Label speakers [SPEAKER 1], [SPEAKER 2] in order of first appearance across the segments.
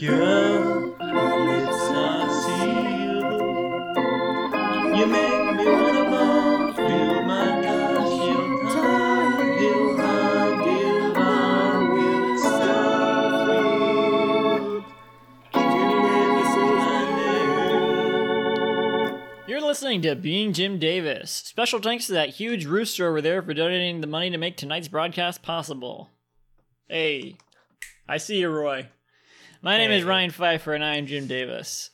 [SPEAKER 1] Girl, lips are sealed. You make me wanna bump, feel my touch, your time, your heart, your heart will start thrilled. Your name is my
[SPEAKER 2] You're listening to Being Jim Davis. Special thanks to that huge rooster over there for donating the money to make tonight's broadcast possible. Hey, I see you, Roy. My name is
[SPEAKER 3] Hey.
[SPEAKER 2] Ryan Pfeiffer, and I am Jim Davis.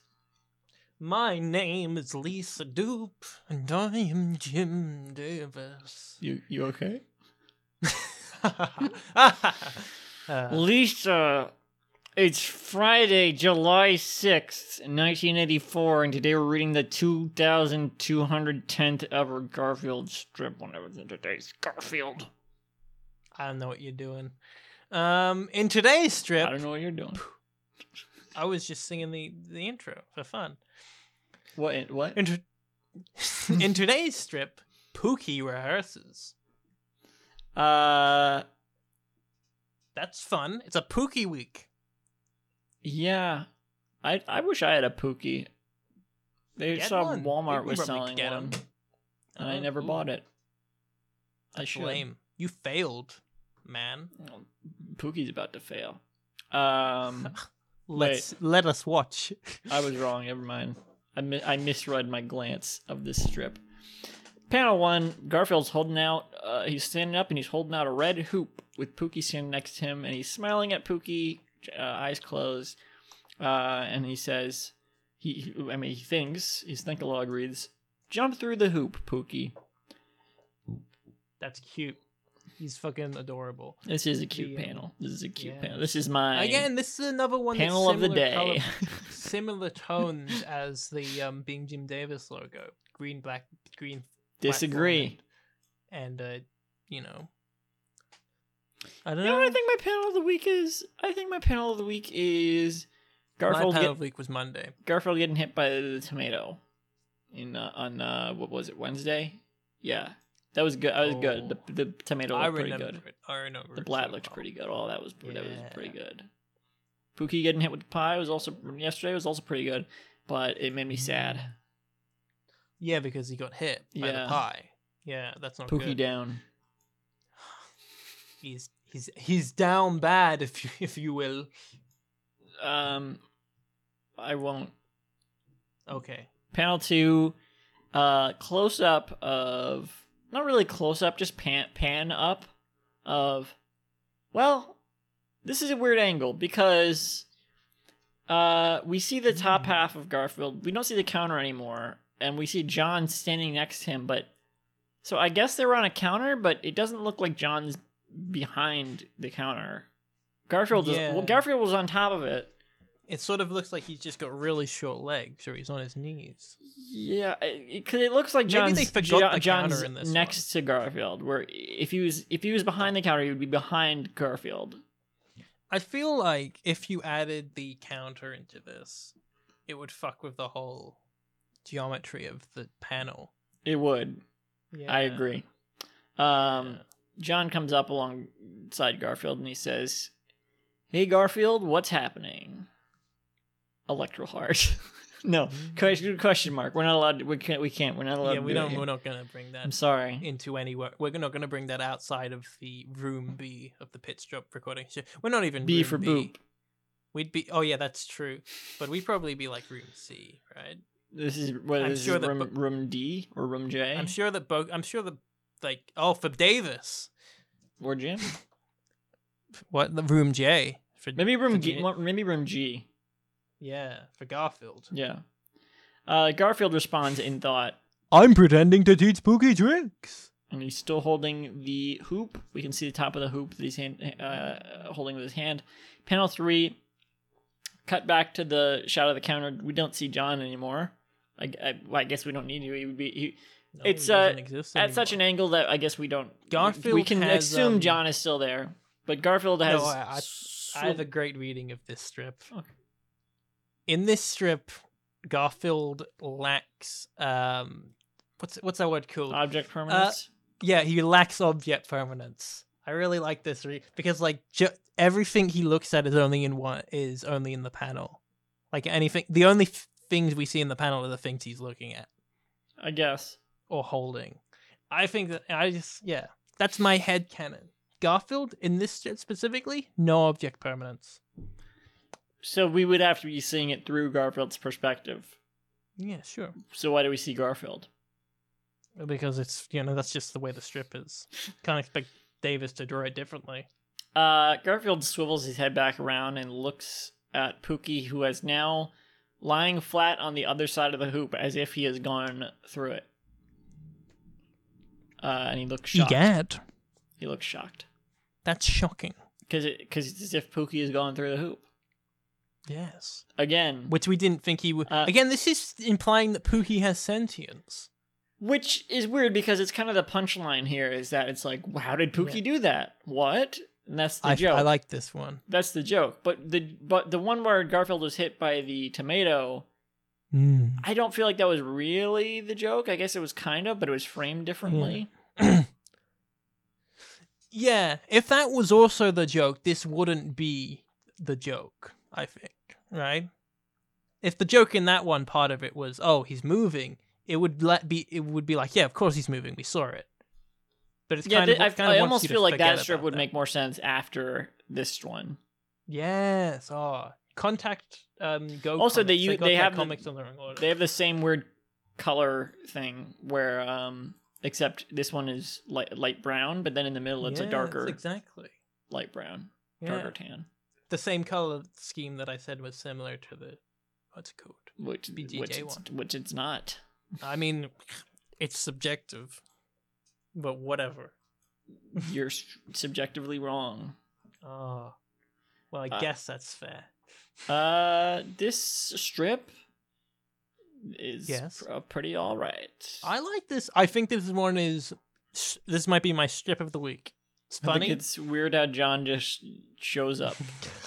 [SPEAKER 3] My name is Lisa Doop, and I am Jim Davis.
[SPEAKER 2] You you okay?
[SPEAKER 3] Uh,
[SPEAKER 2] Lisa, it's Friday, July 6th, 1984, and today we're reading the 2210th ever Garfield strip on everything today's Garfield.
[SPEAKER 3] I don't know what you're doing. Um, in today's strip,
[SPEAKER 2] I don't know what you're doing.
[SPEAKER 3] I was just singing the, the intro for fun.
[SPEAKER 2] What? What?
[SPEAKER 3] In, t- in today's strip, Pookie rehearses.
[SPEAKER 2] Uh,
[SPEAKER 3] That's fun. It's a Pookie week.
[SPEAKER 2] yeah. I I wish I had a Pookie. They
[SPEAKER 3] Get
[SPEAKER 2] saw
[SPEAKER 3] one. You
[SPEAKER 2] Walmart
[SPEAKER 3] can
[SPEAKER 2] was
[SPEAKER 3] probably
[SPEAKER 2] selling
[SPEAKER 3] get 'em.
[SPEAKER 2] one, and I
[SPEAKER 3] Oh,
[SPEAKER 2] never
[SPEAKER 3] ooh.
[SPEAKER 2] bought it. I
[SPEAKER 3] That's
[SPEAKER 2] should.
[SPEAKER 3] lame. You failed, man.
[SPEAKER 2] Well, Pookie's about to fail. Um,
[SPEAKER 3] Let's let us watch.
[SPEAKER 2] I was wrong. Never mind. I, mi- I misread my glance of this strip. Panel one Garfield's holding out. Uh, he's standing up and he's holding out a red hoop with Pookie standing next to him. And he's smiling at Pookie, uh, eyes closed. Uh, and he says, he, he- I mean, he thinks, his thinkalog reads, Jump through the hoop, Pookie.
[SPEAKER 3] That's cute. He's fucking adorable.
[SPEAKER 2] This is a cute
[SPEAKER 3] The, uh,
[SPEAKER 2] panel. This is a cute
[SPEAKER 3] yeah.
[SPEAKER 2] panel. This is my.
[SPEAKER 3] Again, this is another one that's
[SPEAKER 2] Panel of the
[SPEAKER 3] similar color-
[SPEAKER 2] day.
[SPEAKER 3] similar tones as the um, Being Jim Davis logo: green, black, green,
[SPEAKER 2] Disagree.
[SPEAKER 3] and uh, you know, I don't
[SPEAKER 2] You know
[SPEAKER 3] know.
[SPEAKER 2] what I think my panel of the week is? I think my panel of the week is
[SPEAKER 3] My
[SPEAKER 2] Garfield,
[SPEAKER 3] panel
[SPEAKER 2] get,
[SPEAKER 3] of the week was Monday.
[SPEAKER 2] Garfield getting hit by the tomato in uh, on uh, what was it Wednesday? Yeah, that was good. That was good.
[SPEAKER 3] Oh.
[SPEAKER 2] The the tomato
[SPEAKER 3] I
[SPEAKER 2] looked pretty
[SPEAKER 3] remember
[SPEAKER 2] good.
[SPEAKER 3] it. I remember
[SPEAKER 2] The
[SPEAKER 3] it
[SPEAKER 2] blat
[SPEAKER 3] so
[SPEAKER 2] looked
[SPEAKER 3] well.
[SPEAKER 2] pretty good. Oh, that was that was pretty
[SPEAKER 3] Yeah.
[SPEAKER 2] good. Pookie getting hit with the pie was also yesterday was also pretty good, but it made me sad.
[SPEAKER 3] Yeah, because he got hit by
[SPEAKER 2] Yeah.
[SPEAKER 3] the pie. Yeah, that's not
[SPEAKER 2] Pookie
[SPEAKER 3] Oh, good.
[SPEAKER 2] down.
[SPEAKER 3] He's he's he's down bad, if you, if you will.
[SPEAKER 2] Um, I won't
[SPEAKER 3] Okay.
[SPEAKER 2] panel two uh close up of not really close up just pan pan up of well this is a weird angle because uh we see the top
[SPEAKER 3] Hmm.
[SPEAKER 2] half of garfield we don't see the counter anymore and we see john standing next to him but so i guess they're on a counter but it doesn't look like john's behind the counter garfield is,
[SPEAKER 3] Yeah.
[SPEAKER 2] well garfield was on top of it
[SPEAKER 3] It sort of looks like he's just got really short legs, or he's on his knees.
[SPEAKER 2] Yeah, because it looks like
[SPEAKER 3] Maybe
[SPEAKER 2] John's,
[SPEAKER 3] they forgot the
[SPEAKER 2] John's
[SPEAKER 3] counter in this
[SPEAKER 2] next to Garfield. Where if he was if he was behind the counter, he would be behind Garfield.
[SPEAKER 3] I feel like if you added the counter into this, it would fuck with the whole geometry of the panel.
[SPEAKER 2] It would.
[SPEAKER 3] Yeah.
[SPEAKER 2] I agree. Um, John comes up alongside Garfield and he says, "Hey Garfield, what's happening?" Electro heart. no question, question mark. We're not allowed. To, we can't. We can't. We're not allowed.
[SPEAKER 3] Mm-hmm. yeah, we
[SPEAKER 2] to do it
[SPEAKER 3] don't.
[SPEAKER 2] here.
[SPEAKER 3] We're not gonna bring that
[SPEAKER 2] I'm sorry.
[SPEAKER 3] into any work. We're not gonna bring that outside of the room B of the pit stop recording. So We're not even room
[SPEAKER 2] B for boop.
[SPEAKER 3] We'd be. Oh yeah, that's true. But we'd probably be like room C, right?
[SPEAKER 2] This is what
[SPEAKER 3] I'm
[SPEAKER 2] this
[SPEAKER 3] sure
[SPEAKER 2] is
[SPEAKER 3] that
[SPEAKER 2] room,
[SPEAKER 3] bu-
[SPEAKER 2] room D or room J
[SPEAKER 3] I'm sure that both. I'm sure that like. Oh, for Davis.
[SPEAKER 2] or Jim.
[SPEAKER 3] What the room J for
[SPEAKER 2] Maybe room
[SPEAKER 3] for
[SPEAKER 2] G.
[SPEAKER 3] Jim-
[SPEAKER 2] well, Maybe room G.
[SPEAKER 3] Yeah, for Garfield.
[SPEAKER 2] Yeah. Uh, Garfield responds in thought,
[SPEAKER 3] I'm pretending to teach Pookie tricks.
[SPEAKER 2] and he's still holding the hoop. We can see the top of the hoop that he's hand, uh, holding with his hand. Panel three. Cut back to the shadow of the counter. We don't see John anymore. I, I, well, I guess we don't need to. He would be he,
[SPEAKER 3] No,
[SPEAKER 2] It's,
[SPEAKER 3] he doesn't
[SPEAKER 2] uh,
[SPEAKER 3] exist
[SPEAKER 2] at such an
[SPEAKER 3] anymore.
[SPEAKER 2] angle that I guess we don't.
[SPEAKER 3] Garfield
[SPEAKER 2] We can
[SPEAKER 3] has,
[SPEAKER 2] assume
[SPEAKER 3] um,
[SPEAKER 2] John is still there, but Garfield has.
[SPEAKER 3] No, I- I-
[SPEAKER 2] sw-
[SPEAKER 3] I have a great reading of this strip.
[SPEAKER 2] Okay.
[SPEAKER 3] In this strip, Garfield lacks um, what's what's that word called?
[SPEAKER 2] Uh, object permanence.
[SPEAKER 3] yeah, he lacks object permanence. I really like this re- because like ju- everything he looks at is only in one is only in the panel. Like anything, the only f- things we see in the panel are the things he's looking at Uh,
[SPEAKER 2] I guess.
[SPEAKER 3] or holding. I think that I just yeah, that's my head canon. Garfield in this st- specifically, no object permanence.
[SPEAKER 2] So we would have to be seeing it through Garfield's perspective.
[SPEAKER 3] Yeah, sure.
[SPEAKER 2] So why do we see Garfield?
[SPEAKER 3] Because it's you know that's just the way the strip is. Can't expect Davis to draw it differently.
[SPEAKER 2] Uh, Garfield swivels his head back around and looks at Pookie, who is now lying flat on the other side of the hoop as if he has gone through it. Uh, and he looks shocked.
[SPEAKER 3] Egad,
[SPEAKER 2] He looks shocked
[SPEAKER 3] that's shocking.
[SPEAKER 2] because because it's as if Pookie has gone through the hoop
[SPEAKER 3] Yes.
[SPEAKER 2] again,
[SPEAKER 3] which we didn't think he would.
[SPEAKER 2] Uh,
[SPEAKER 3] Again, this is implying that Pookie has sentience.
[SPEAKER 2] which is weird because it's kind of the punchline here is that it's like, how did Pookie
[SPEAKER 3] Yeah.
[SPEAKER 2] do that? What? And that's the
[SPEAKER 3] I,
[SPEAKER 2] joke.
[SPEAKER 3] I like this one.
[SPEAKER 2] that's the joke. But the but the one where Garfield was hit by the tomato.
[SPEAKER 3] Hmm.
[SPEAKER 2] I don't feel like that was really the joke. I guess it was kind of, but it was framed differently.
[SPEAKER 3] Yeah, if that was also the joke, this wouldn't be the joke. I think, right? If the joke in that one part of it was, oh, he's moving, it would let be. It would be like, yeah, of course he's moving. We saw it. But it's
[SPEAKER 2] Yeah,
[SPEAKER 3] kind of.
[SPEAKER 2] th- I,
[SPEAKER 3] it kind of wants
[SPEAKER 2] I almost
[SPEAKER 3] you to
[SPEAKER 2] feel like
[SPEAKER 3] forget
[SPEAKER 2] that strip
[SPEAKER 3] about
[SPEAKER 2] would
[SPEAKER 3] that.
[SPEAKER 2] make more sense after this one.
[SPEAKER 3] Yes. Oh, contact. Um, go.
[SPEAKER 2] Also, they
[SPEAKER 3] comics.
[SPEAKER 2] u-
[SPEAKER 3] got
[SPEAKER 2] they
[SPEAKER 3] their
[SPEAKER 2] have the-
[SPEAKER 3] comics in the wrong order.
[SPEAKER 2] They have the same weird color thing where, um, except this one is light light brown, but then in the middle it's a
[SPEAKER 3] Yes,
[SPEAKER 2] darker
[SPEAKER 3] Exactly.
[SPEAKER 2] light brown,
[SPEAKER 3] Yeah.
[SPEAKER 2] darker tan,
[SPEAKER 3] the same color scheme that I said was similar to the what's it called?
[SPEAKER 2] which
[SPEAKER 3] BGJ
[SPEAKER 2] which it's, which it's not.
[SPEAKER 3] I mean, it's subjective, but whatever.
[SPEAKER 2] You're s- subjectively wrong.
[SPEAKER 3] Oh, well, I
[SPEAKER 2] Uh,
[SPEAKER 3] guess that's fair.
[SPEAKER 2] Uh, this strip is
[SPEAKER 3] Yes.
[SPEAKER 2] pr- uh, pretty all right.
[SPEAKER 3] I like this. I think this one is this might be my strip of the week. It's
[SPEAKER 2] I
[SPEAKER 3] funny.
[SPEAKER 2] think it's weird how John just shows up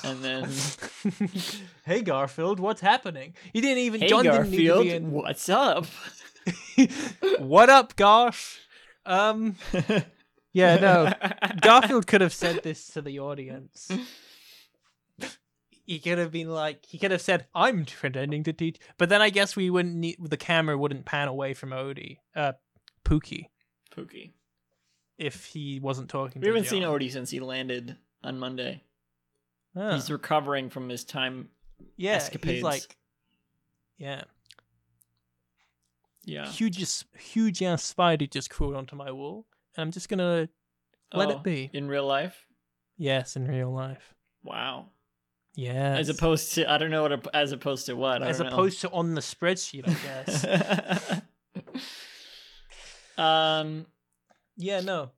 [SPEAKER 2] and then.
[SPEAKER 3] hey Garfield, what's happening? You didn't even.
[SPEAKER 2] Hey
[SPEAKER 3] John
[SPEAKER 2] Garfield,
[SPEAKER 3] didn't need
[SPEAKER 2] what's up?
[SPEAKER 3] to be in. what up, Garf? Um. Yeah. No. Garfield could have said this to the audience. He could have been like, he could have said, "I'm pretending to teach," but then I guess we wouldn't need the camera wouldn't pan away from Odie, uh, Pookie,
[SPEAKER 2] Pookie.
[SPEAKER 3] if he wasn't talking.
[SPEAKER 2] We
[SPEAKER 3] to
[SPEAKER 2] haven't seen
[SPEAKER 3] John.
[SPEAKER 2] Odie since he landed on Monday.
[SPEAKER 3] Oh,
[SPEAKER 2] He's recovering from his time.
[SPEAKER 3] yeah,
[SPEAKER 2] escapades.
[SPEAKER 3] he's like, yeah,
[SPEAKER 2] Yeah.
[SPEAKER 3] huge, as- huge ass spider just crawled onto my wall, and I'm just gonna let
[SPEAKER 2] Oh,
[SPEAKER 3] it be.
[SPEAKER 2] In real life?
[SPEAKER 3] Yes, in real life.
[SPEAKER 2] Wow.
[SPEAKER 3] Yeah,
[SPEAKER 2] As opposed to, I don't know what, a- as opposed to what? I
[SPEAKER 3] as
[SPEAKER 2] don't know.
[SPEAKER 3] opposed to on the spreadsheet, I guess.
[SPEAKER 2] um,
[SPEAKER 3] yeah, no,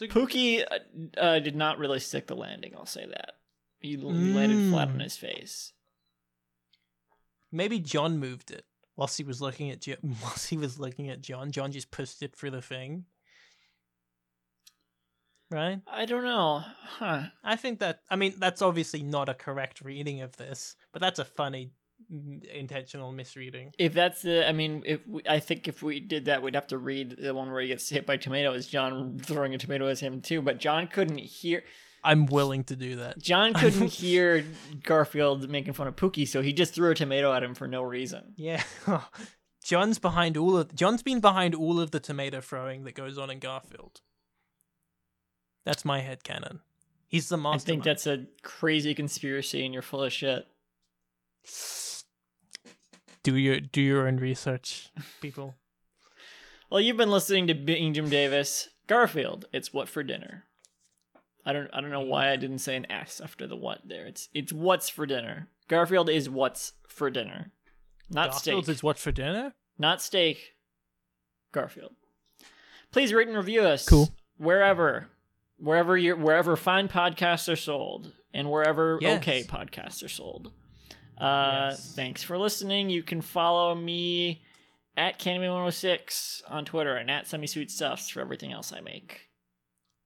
[SPEAKER 2] Pookie uh, uh, did not really stick the landing, I'll say that. He, l- he landed flat on
[SPEAKER 3] Mm.
[SPEAKER 2] his face.
[SPEAKER 3] Maybe John moved it whilst he was looking at jo- whilst he was looking at John. John just pushed it through the thing. Right?
[SPEAKER 2] I don't know. Huh.
[SPEAKER 3] I think that I mean that's obviously not a correct reading of this, but that's a funny mm, intentional misreading.
[SPEAKER 2] If that's the, I mean, if we, I think if we did that, we'd have to read the one where he gets hit by tomato as John throwing a tomato at him too. But John couldn't hear.
[SPEAKER 3] I'm willing to do that.
[SPEAKER 2] John couldn't hear Garfield making fun of Pookie, so he just threw a tomato at him for no reason.
[SPEAKER 3] Yeah. John's behind all of John's been behind all of the tomato throwing that goes on in Garfield. That's my headcanon. He's the
[SPEAKER 2] I
[SPEAKER 3] mastermind.
[SPEAKER 2] think that's a crazy conspiracy, and you're full of shit.
[SPEAKER 3] do your do your own research, people.
[SPEAKER 2] Well, you've been listening to Being Jim Davis, Garfield. It's what for dinner. I don't, I don't know why I didn't say an S after the what there. It's, it's what's for dinner. Garfield is what's for dinner, not
[SPEAKER 3] Garfield
[SPEAKER 2] steak.
[SPEAKER 3] is what for dinner?
[SPEAKER 2] not steak. Garfield. Please rate and review us.
[SPEAKER 3] Cool.
[SPEAKER 2] Wherever, wherever you wherever fine podcasts are sold, and wherever
[SPEAKER 3] Yes.
[SPEAKER 2] okay podcasts are sold. Uh,
[SPEAKER 3] Yes.
[SPEAKER 2] Thanks for listening. You can follow me at Candyman106 on Twitter and at Semi Sweet Stuffs for everything else I make.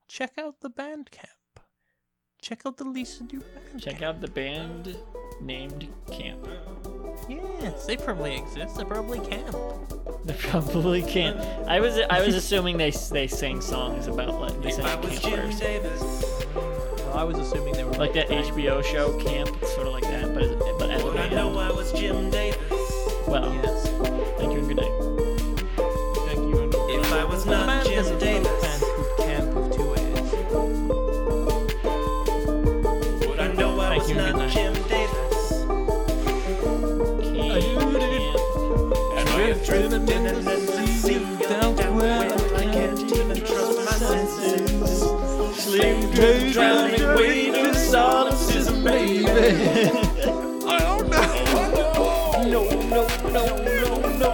[SPEAKER 3] Check out the Bandcamp. Check out the Lisa Do Bandcamp.
[SPEAKER 2] Check out the band named Camp.
[SPEAKER 3] Yes, they probably exist. They probably camp.
[SPEAKER 2] They probably can't. I was I was assuming they they sang songs about like this
[SPEAKER 1] I was Jim
[SPEAKER 2] campers.
[SPEAKER 1] Davis.
[SPEAKER 3] Well, I was assuming they were
[SPEAKER 2] Like that HBO show Camp, it's sort of like that, but as- but as a
[SPEAKER 1] I know
[SPEAKER 2] band.
[SPEAKER 1] I was Jim Davis.
[SPEAKER 2] Well,
[SPEAKER 3] Yes.
[SPEAKER 2] thank you and good night.
[SPEAKER 3] Thank you. And
[SPEAKER 1] If I was
[SPEAKER 3] the
[SPEAKER 1] not
[SPEAKER 3] band
[SPEAKER 1] Jim
[SPEAKER 3] doesn't have a
[SPEAKER 1] Davis,
[SPEAKER 3] band called Camp of Two Airs.
[SPEAKER 1] would I know I
[SPEAKER 2] Thank
[SPEAKER 1] was
[SPEAKER 2] you and good
[SPEAKER 1] not
[SPEAKER 2] night.
[SPEAKER 1] Jim Davis?
[SPEAKER 2] Camp, camp.
[SPEAKER 1] And I have drifted and concealed downwind. I can't even trust my senses. Slave drift, drowning, way to solipsism, baby.
[SPEAKER 3] I don't know.
[SPEAKER 1] No, no, no, no, no, no, no, no,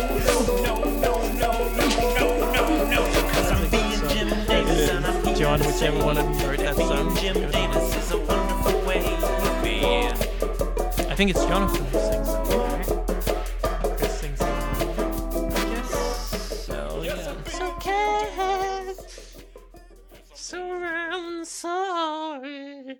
[SPEAKER 1] no, no, no, no, no. 'Cause I'm being Jim Davis and I'm being
[SPEAKER 3] John, whichever one
[SPEAKER 1] insane.
[SPEAKER 3] of you wrote that
[SPEAKER 1] Being
[SPEAKER 3] song.
[SPEAKER 1] Jim Davis is a wonderful way of being.
[SPEAKER 3] I think it's Jonathan who sings that one, right? Chris sings that one.
[SPEAKER 2] So yeah.
[SPEAKER 3] so okay. So I'm sorry.